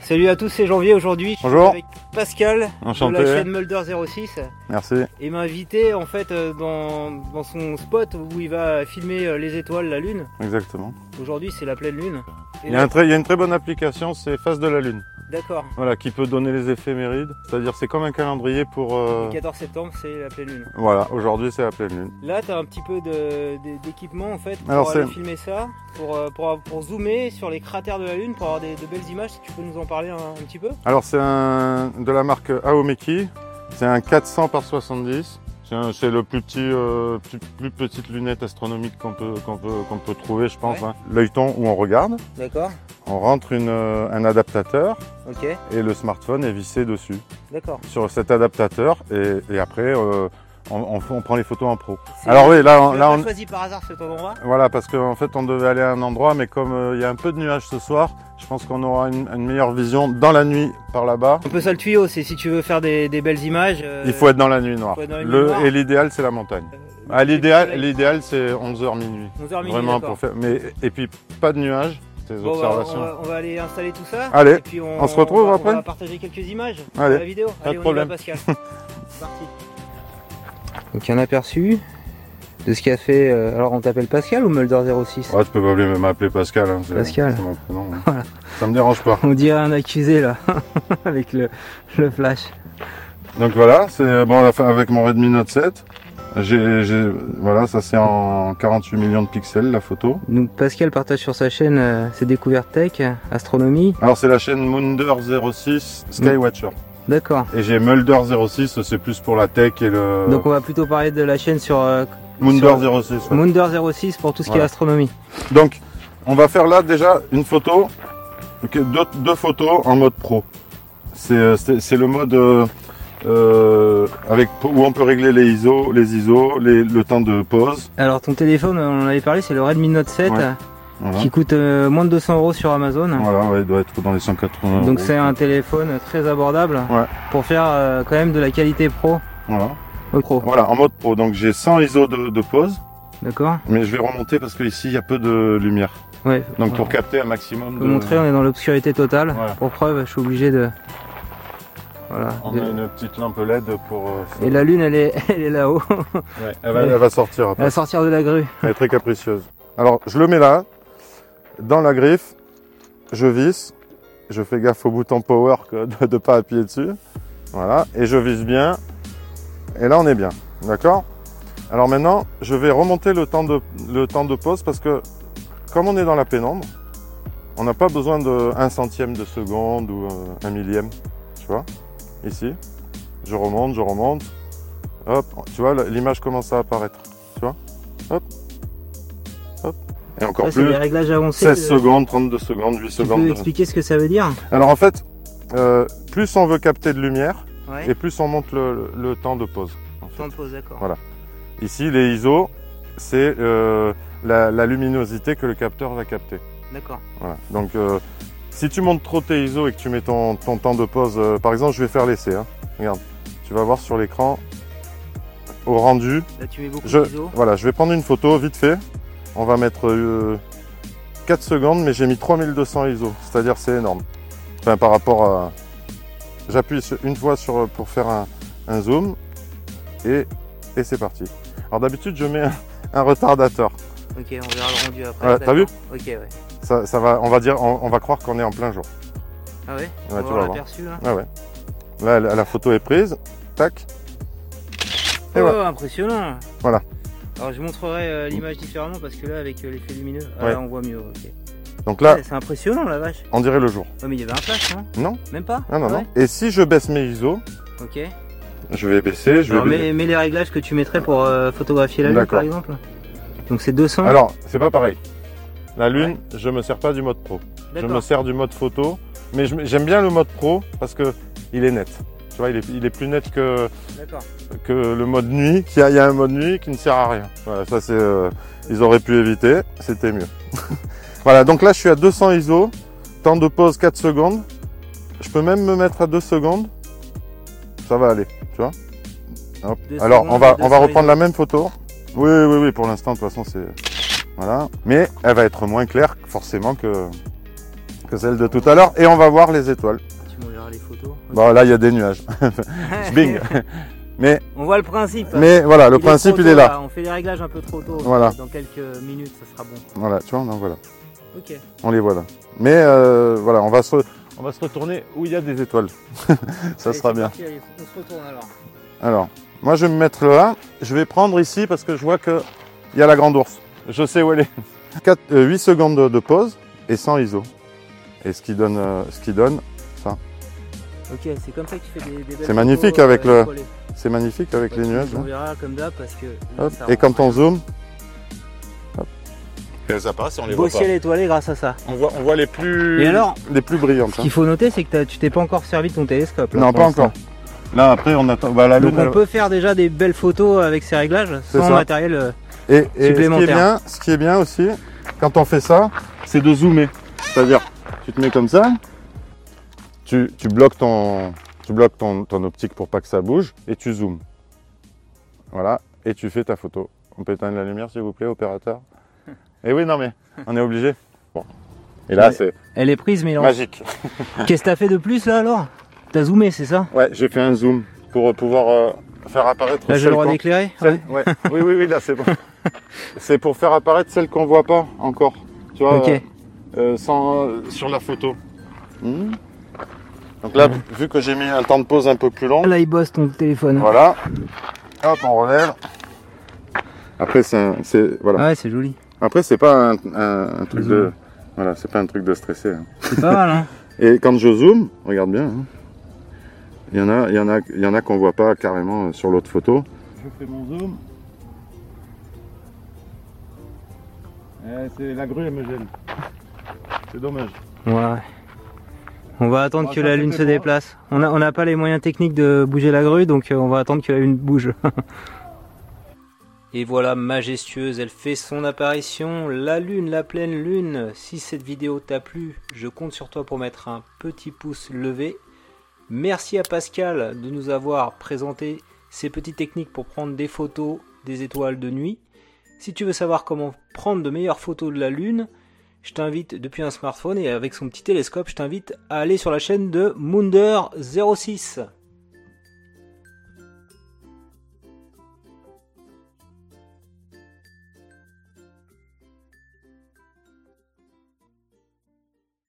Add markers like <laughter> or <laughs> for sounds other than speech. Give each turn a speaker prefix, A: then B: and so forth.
A: Salut à tous, c'est Janvier aujourd'hui. je suis
B: Bonjour.
A: Avec Pascal de
B: Enchanté.
A: la chaîne Mulder 06
B: Merci.
A: et m'a invité en fait euh, dans, dans son spot où il va filmer euh, les étoiles, la lune.
B: Exactement.
A: Aujourd'hui c'est la pleine lune. Et
B: Il y, a un très- il y a une très bonne application, c'est Face de la Lune.
A: D'accord.
B: Voilà, qui peut donner les éphémérides. C'est-à-dire, c'est comme un calendrier pour. euh,
A: Le 14 septembre c'est la pleine lune.
B: Voilà, aujourd'hui c'est la pleine lune.
A: Là t'as un petit peu de- de- d'équipement en fait pour
B: Alors,
A: aller
B: c'est-
A: filmer ça, pour, euh, pour, pour zoomer sur les cratères de la lune, pour avoir des, de belles images. Si tu peux nous en parler un, un petit peu.
B: Alors, c'est un de la marque Aomeki. C'est un 400 par 70. C'est un- C'est le plus petit, euh, plus, plus petite lunette astronomique qu'on peut, qu'on peut, qu'on peut trouver, je pense.
A: Ouais.
B: hein. L'œilleton où on regarde,
A: D'accord.
B: on rentre une, euh, un adaptateur
A: Ok.
B: et le smartphone est vissé dessus,
A: D'accord.
B: sur cet adaptateur. Et, et après, euh, on, on f- on prend les photos en pro.
A: C'est-
B: Alors oui, là, on,
A: tu l'as
B: là,
A: pas
B: on,
A: choisi par hasard cet endroit.
B: Voilà, parce qu'en fait, on devait aller à un endroit, mais comme euh, il y a un peu de nuages ce soir, je pense qu'on aura une, une meilleure vision dans la nuit par là-bas.
A: Un peu ça le tuyau, c'est si tu veux faire des, des belles images. euh,
B: Il faut être dans la nuit noire.
A: faut être dans la nuit
B: Le-
A: noire.
B: et l'idéal, c'est la montagne.
A: euh,
B: Ah, l'idéal, l'idéal, c'est 11h minuit.
A: 11 heures minuit,
B: Vraiment
A: d'accord.
B: pour faire. Mais et puis pas de nuages, ces
A: Bon, bah, on,
B: observations.
A: va, on va aller installer tout ça.
B: Allez,
A: Et puis on,
B: on se retrouve
A: on va-
B: après
A: On va partager quelques images de
B: Allez,
A: la vidéo.
B: de
A: Allez, on
B: problème.
A: y va,
B: <laughs>
A: Pascal. C'est parti. Donc un aperçu de ce qu'a fait. euh, alors on t'appelle Pascal ou Mulder06
B: Ouais, tu peux pas oublier, mais m'appeler Pascal. hein, c'est-
A: Pascal.
B: c'est mon prénom, hein. Ça me dérange pas.
A: On dirait un accusé là, <laughs> avec le, flash.
B: Donc voilà, c'est bon, on l'a fait avec mon Redmi Note 7. J'ai, j'ai- voilà, ça c'est en 48 millions de pixels la photo.
A: Donc Pascal partage sur sa chaîne euh, ses découvertes tech, astronomie.
B: Alors c'est la chaîne Munder06 Skywatcher.
A: D'accord.
B: Et j'ai Mulder06, c'est plus pour la tech et le...
A: on va plutôt parler de la chaîne sur
B: Munder06. ouais.
A: Munder06 pour tout ce
B: qui est Voilà.
A: astronomie.
B: Donc on va faire là déjà une photo, ok, deux, deux photos en mode pro. C'est, euh, C'est c'est le mode euh, euh, avec, où on peut régler les ISO, les ISO, les- le temps de pause.
A: Alors ton téléphone, on en avait parlé, c'est le Redmi Note 7
B: Ouais. Voilà,
A: qui coûte euh, moins de 200 euros sur Amazon.
B: Voilà, ouais, il doit être dans les 180
A: Donc
B: euros.
A: c'est un téléphone très abordable
B: Ouais.
A: pour faire euh, quand même de la qualité pro.
B: Voilà.
A: au pro.
B: voilà, en mode pro. Donc j'ai 100 ISO de, de pause,
A: D'accord
B: mais je vais remonter parce qu'ici il y a peu de lumière.
A: Ouais.
B: Donc pour
A: Voilà.
B: capter un maximum
A: Pour
B: de...
A: montrer, on est dans l'obscurité totale.
B: Voilà.
A: Pour preuve, je suis obligé de. Voilà.
B: On
A: de-
B: a une petite lampe LED pour. euh,
A: Et la lune, elle est, <laughs> elle est là-haut.
B: Ouais, elle, va, elle va sortir
A: Elle
B: après.
A: va sortir de la grue.
B: Elle est très capricieuse. Alors, je le mets là, dans la griffe, je visse, je fais gaffe au bouton power que de ne pas appuyer dessus. Voilà, et je visse bien. Et là, on est bien. D'accord Alors maintenant, je vais remonter le temps, de, le temps de pause parce que, comme on est dans la pénombre, on n'a pas besoin de 1 centième de seconde ou euh, un millième. Tu vois Ici, je remonte, je remonte. Hop, tu vois, l'image commence à apparaître. Tu vois Hop, hop. Et encore
A: Ça, c'est
B: plus.
A: des réglages avancés.
B: 16
A: Tu
B: secondes, 32 secondes, 8
A: peux
B: secondes.
A: expliquer ce que ça veut dire
B: Alors en fait, euh, plus on veut capter de lumière
A: Ouais.
B: et plus on monte le, le temps de pause. en fait.
A: Temps de pause, d'accord.
B: Voilà. Ici, les ISO, c'est euh, la, la luminosité que le capteur va capter.
A: D'accord.
B: Voilà. Donc euh, si tu montes trop tes ISO et que tu mets ton, ton temps de pause, euh, par exemple, je vais faire l'essai. hein. Regarde, tu vas voir sur l'écran au rendu.
A: Là, tu mets beaucoup
B: Je,
A: d'ISO.
B: voilà, je vais prendre une photo vite fait. On va mettre euh, 4 secondes, mais j'ai mis 3200 ISO, c'est-à-dire c'est énorme. Enfin, par rapport à. J'appuie sur- une fois sur, pour faire un, un zoom et, et c'est parti. Alors d'habitude, je mets un, un retardateur.
A: Ok, on verra le rendu après.
B: Ouais, t'as
A: d'accord.
B: vu
A: Ok, ouais.
B: Ça, ça va, on va dire, on, on va croire qu'on est en plein jour.
A: Ah ouais
B: Ouais, tu
A: On va
B: vas
A: voir
B: voir.
A: l'aperçu hein. là.
B: Ah ouais. Là, la, la photo est prise. Tac. Et
A: oh,
B: voilà.
A: impressionnant
B: Voilà.
A: Alors je montrerai euh, l'image différemment parce que là avec euh, l'effet lumineux, ah,
B: Ouais.
A: là, on voit mieux, ok.
B: Donc là,
A: Ouais, c'est impressionnant la vache.
B: on dirait le jour.
A: Oh mais il y avait un flash non
B: Non.
A: Même pas
B: Ah non,
A: Ouais,
B: non. Et si je baisse mes ISO,
A: Ok.
B: je vais baisser, je vais
A: Alors
B: baisser.
A: mets, mets les réglages que tu mettrais pour euh, photographier la lune
B: D'accord.
A: par exemple. Donc c'est 200.
B: Alors, c'est pas pareil. La lune, je me sers pas du mode pro. Je
A: D'accord.
B: me sers du mode photo, mais je- j'aime bien le mode pro parce que il est net. Tu vois, il est, il est plus net que,
A: D'accord.
B: que le mode nuit. Il y, a, il y a un mode nuit qui ne sert à rien. Voilà, ça c'est, euh, ils auraient pu éviter, c'était mieux. <laughs> voilà, donc là je suis à 200 ISO, temps de pause 4 secondes. Je peux même me mettre à 2 secondes. Ça va aller, tu vois. Hop.
A: Deux
B: Alors
A: secondes,
B: on va,
A: deux
B: on va
A: secondes.
B: reprendre la même photo. Oui, oui, oui, pour l'instant de toute façon c'est... Voilà. Mais elle va être moins claire forcément que, que celle de tout à l'heure. Et on va voir les étoiles.
A: Tu m'enverras les photos. <laughs>
B: Bon, là, il y a des nuages. Bah, <laughs> Bing. Mais,
A: On voit le principe. hein.
B: mais voilà, le
A: Il est
B: principe,
A: trop
B: il est
A: tôt,
B: là.
A: On fait les réglages un peu trop tôt.
B: Voilà.
A: Dans quelques minutes, ça sera bon.
B: Voilà, tu vois, on en voit là.
A: Ok.
B: On les voit là. Mais euh, voilà, on va, se, on va se retourner où il y a des étoiles. <laughs> Ça
A: Allez,
B: sera
A: c'est
B: bien.
A: parti, allez, on se retourne alors.
B: Alors, moi, je vais me mettre là. Je vais prendre ici parce que je vois que il y a la grande ours. Je sais <laughs> où elle est. 8 euh, secondes de, de pause et 100 ISO. Et ce qui donne, euh, ce qui donne,
A: Ok, c'est comme ça que tu fais des, des belles
B: C'est
A: photos,
B: magnifique avec le-
A: collées.
B: c'est magnifique avec
A: Ouais,
B: les
A: tu
B: nuages.
A: nous
B: hein.
A: enverras comme d'hab parce que. là,
B: Hop,
A: ça
B: Et
A: rend-
B: quand on zoome, hop. Et ça passe et on
A: Beau ciel étoilé grâce à ça.
B: On voit, on voit les plus,
A: Et alors
B: les plus brillantes.
A: Ce
B: hein.
A: qu'il faut noter, c'est que t'as- tu t'es pas encore servi de ton télescope. là,
B: Non,
A: pour
B: pas
A: l'instant.
B: encore. Là, après, on attend. Bah, la
A: Donc
B: lune.
A: on
B: elle-
A: peut faire déjà des belles photos avec ces réglages
B: C'est
A: sans
B: ça.
A: matériel. euh,
B: Et, et ce, qui est
A: supplémentaire.
B: bien, ce qui est bien aussi, quand on fait ça, c'est de zoomer. C'est-à-dire, tu te mets comme ça, tu, tu bloques, ton, tu bloques ton, ton optique pour pas que ça bouge, et tu zoomes. Voilà, et tu fais ta photo. On peut éteindre la lumière, s'il vous plaît, opérateur Eh oui, non, mais on est obligé. Bon. Et là,
A: Ouais.
B: c'est
A: Elle est prise, mais
B: magique.
A: Qu'est-ce que t'as fait de plus là alors T'as zoomé, c'est ça
B: Ouais, j'ai fait un zoom pour pouvoir euh, faire apparaître
A: Là, j'ai
B: seul
A: le droit
B: qu'on-
A: d'éclairer
B: Celle- ouais. oui, oui, oui, là
A: <laughs>
B: c'est bon. c'est pour faire apparaître celle qu'on voit pas encore. Tu vois,
A: Ok.
B: euh, euh, sans, euh, sur la photo. Hmm. Donc là, vu que j'ai mis un temps de pause un peu plus long,
A: Oh Là, il bosse ton téléphone.
B: voilà. Hop, on relève. Après, c'est un- c'est voilà.
A: Ah ouais, c'est joli.
B: Après, c'est pas un, un- un truc de voilà, c'est pas un truc de stressé. hein.
A: C'est pas mal, hein
B: Et quand je zoome, regarde bien. hein. Il y en a, il y en a, il y en a qu'on voit pas carrément euh, sur l'autre photo. Je fais mon zoom. Eh, c'est la grue, elle me gêne. C'est dommage.
A: Ouais. On va attendre
B: Bon,
A: que
B: ça,
A: la
B: c'était
A: lune se
B: moi.
A: déplace. On n'a on n'a pas les moyens techniques de bouger la grue, donc euh, on va attendre que la lune bouge. <laughs> Et voilà, majestueuse, elle fait son apparition, la lune, la pleine lune. Si cette vidéo t'a plu, je compte sur toi pour mettre un petit pouce levé. Merci à Pascal de nous avoir présenté ces petites techniques pour prendre des photos des étoiles de nuit. Si tu veux savoir comment prendre de meilleures photos de la lune, je t'invite depuis un smartphone et avec son petit télescope, je t'invite à aller sur la chaîne de Mounder06.